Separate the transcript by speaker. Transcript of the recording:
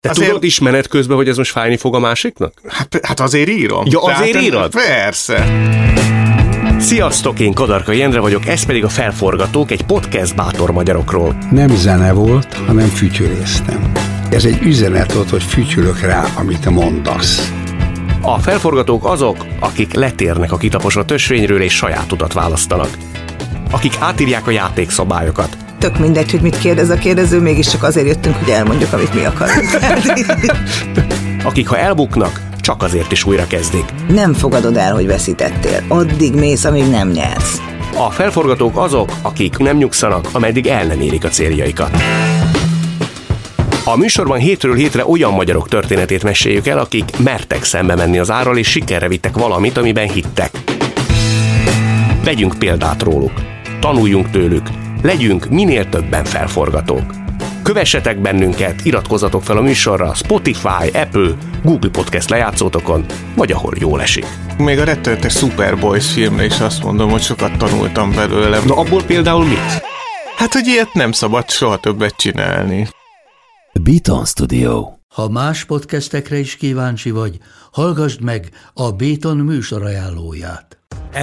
Speaker 1: Te
Speaker 2: Azért-
Speaker 1: azért... tudod is menet közben, hogy ez most fájni fog a másiknak?
Speaker 2: Hát, hát azért írom.
Speaker 1: Ja, azért írod?
Speaker 2: Persze.
Speaker 1: Sziasztok, én Kadarka Jendre vagyok, ez pedig a Felforgatók, egy podcast bátor magyarokról.
Speaker 3: Nem zene volt, hanem fütyüléztem. Ez egy üzenet volt, hogy fütyülök rá, amit te mondasz.
Speaker 1: A felforgatók azok, akik letérnek a kitaposott ösvényről és saját utat választanak. Akik átírják a játékszabályokat.
Speaker 4: Tök mindegy, hogy mit kérdez a kérdező, mégiscsak azért jöttünk, hogy elmondjuk, amit mi akarunk.
Speaker 1: Akik, ha elbuknak, csak azért is újra kezdik.
Speaker 4: nem fogadod el, hogy veszítettél. Addig mész, amíg nem nyersz.
Speaker 1: A felforgatók azok, akik nem nyugszanak, ameddig el nem érik a céljaikat. A műsorban hétről hétre olyan magyarok történetét meséljük el, akik mertek szembe menni az árral és sikerre vittek valamit, amiben hittek. Vegyünk példát róluk, tanuljunk tőlük, legyünk minél többen felforgatók. Kövessetek bennünket, iratkozzatok fel a műsorra Spotify, Apple, Google Podcast lejátszótokon, vagy ahol jól esik.
Speaker 2: Még a rettenetes Superboys filmre is azt mondom, hogy sokat tanultam belőle.
Speaker 1: Na abból például mit?
Speaker 2: Hát, hogy ilyet nem szabad soha többet csinálni.
Speaker 5: Beaton Studio.
Speaker 6: Ha más podcastekre is kíváncsi vagy, hallgassd meg a Béton műsor ajánlóját.
Speaker 7: El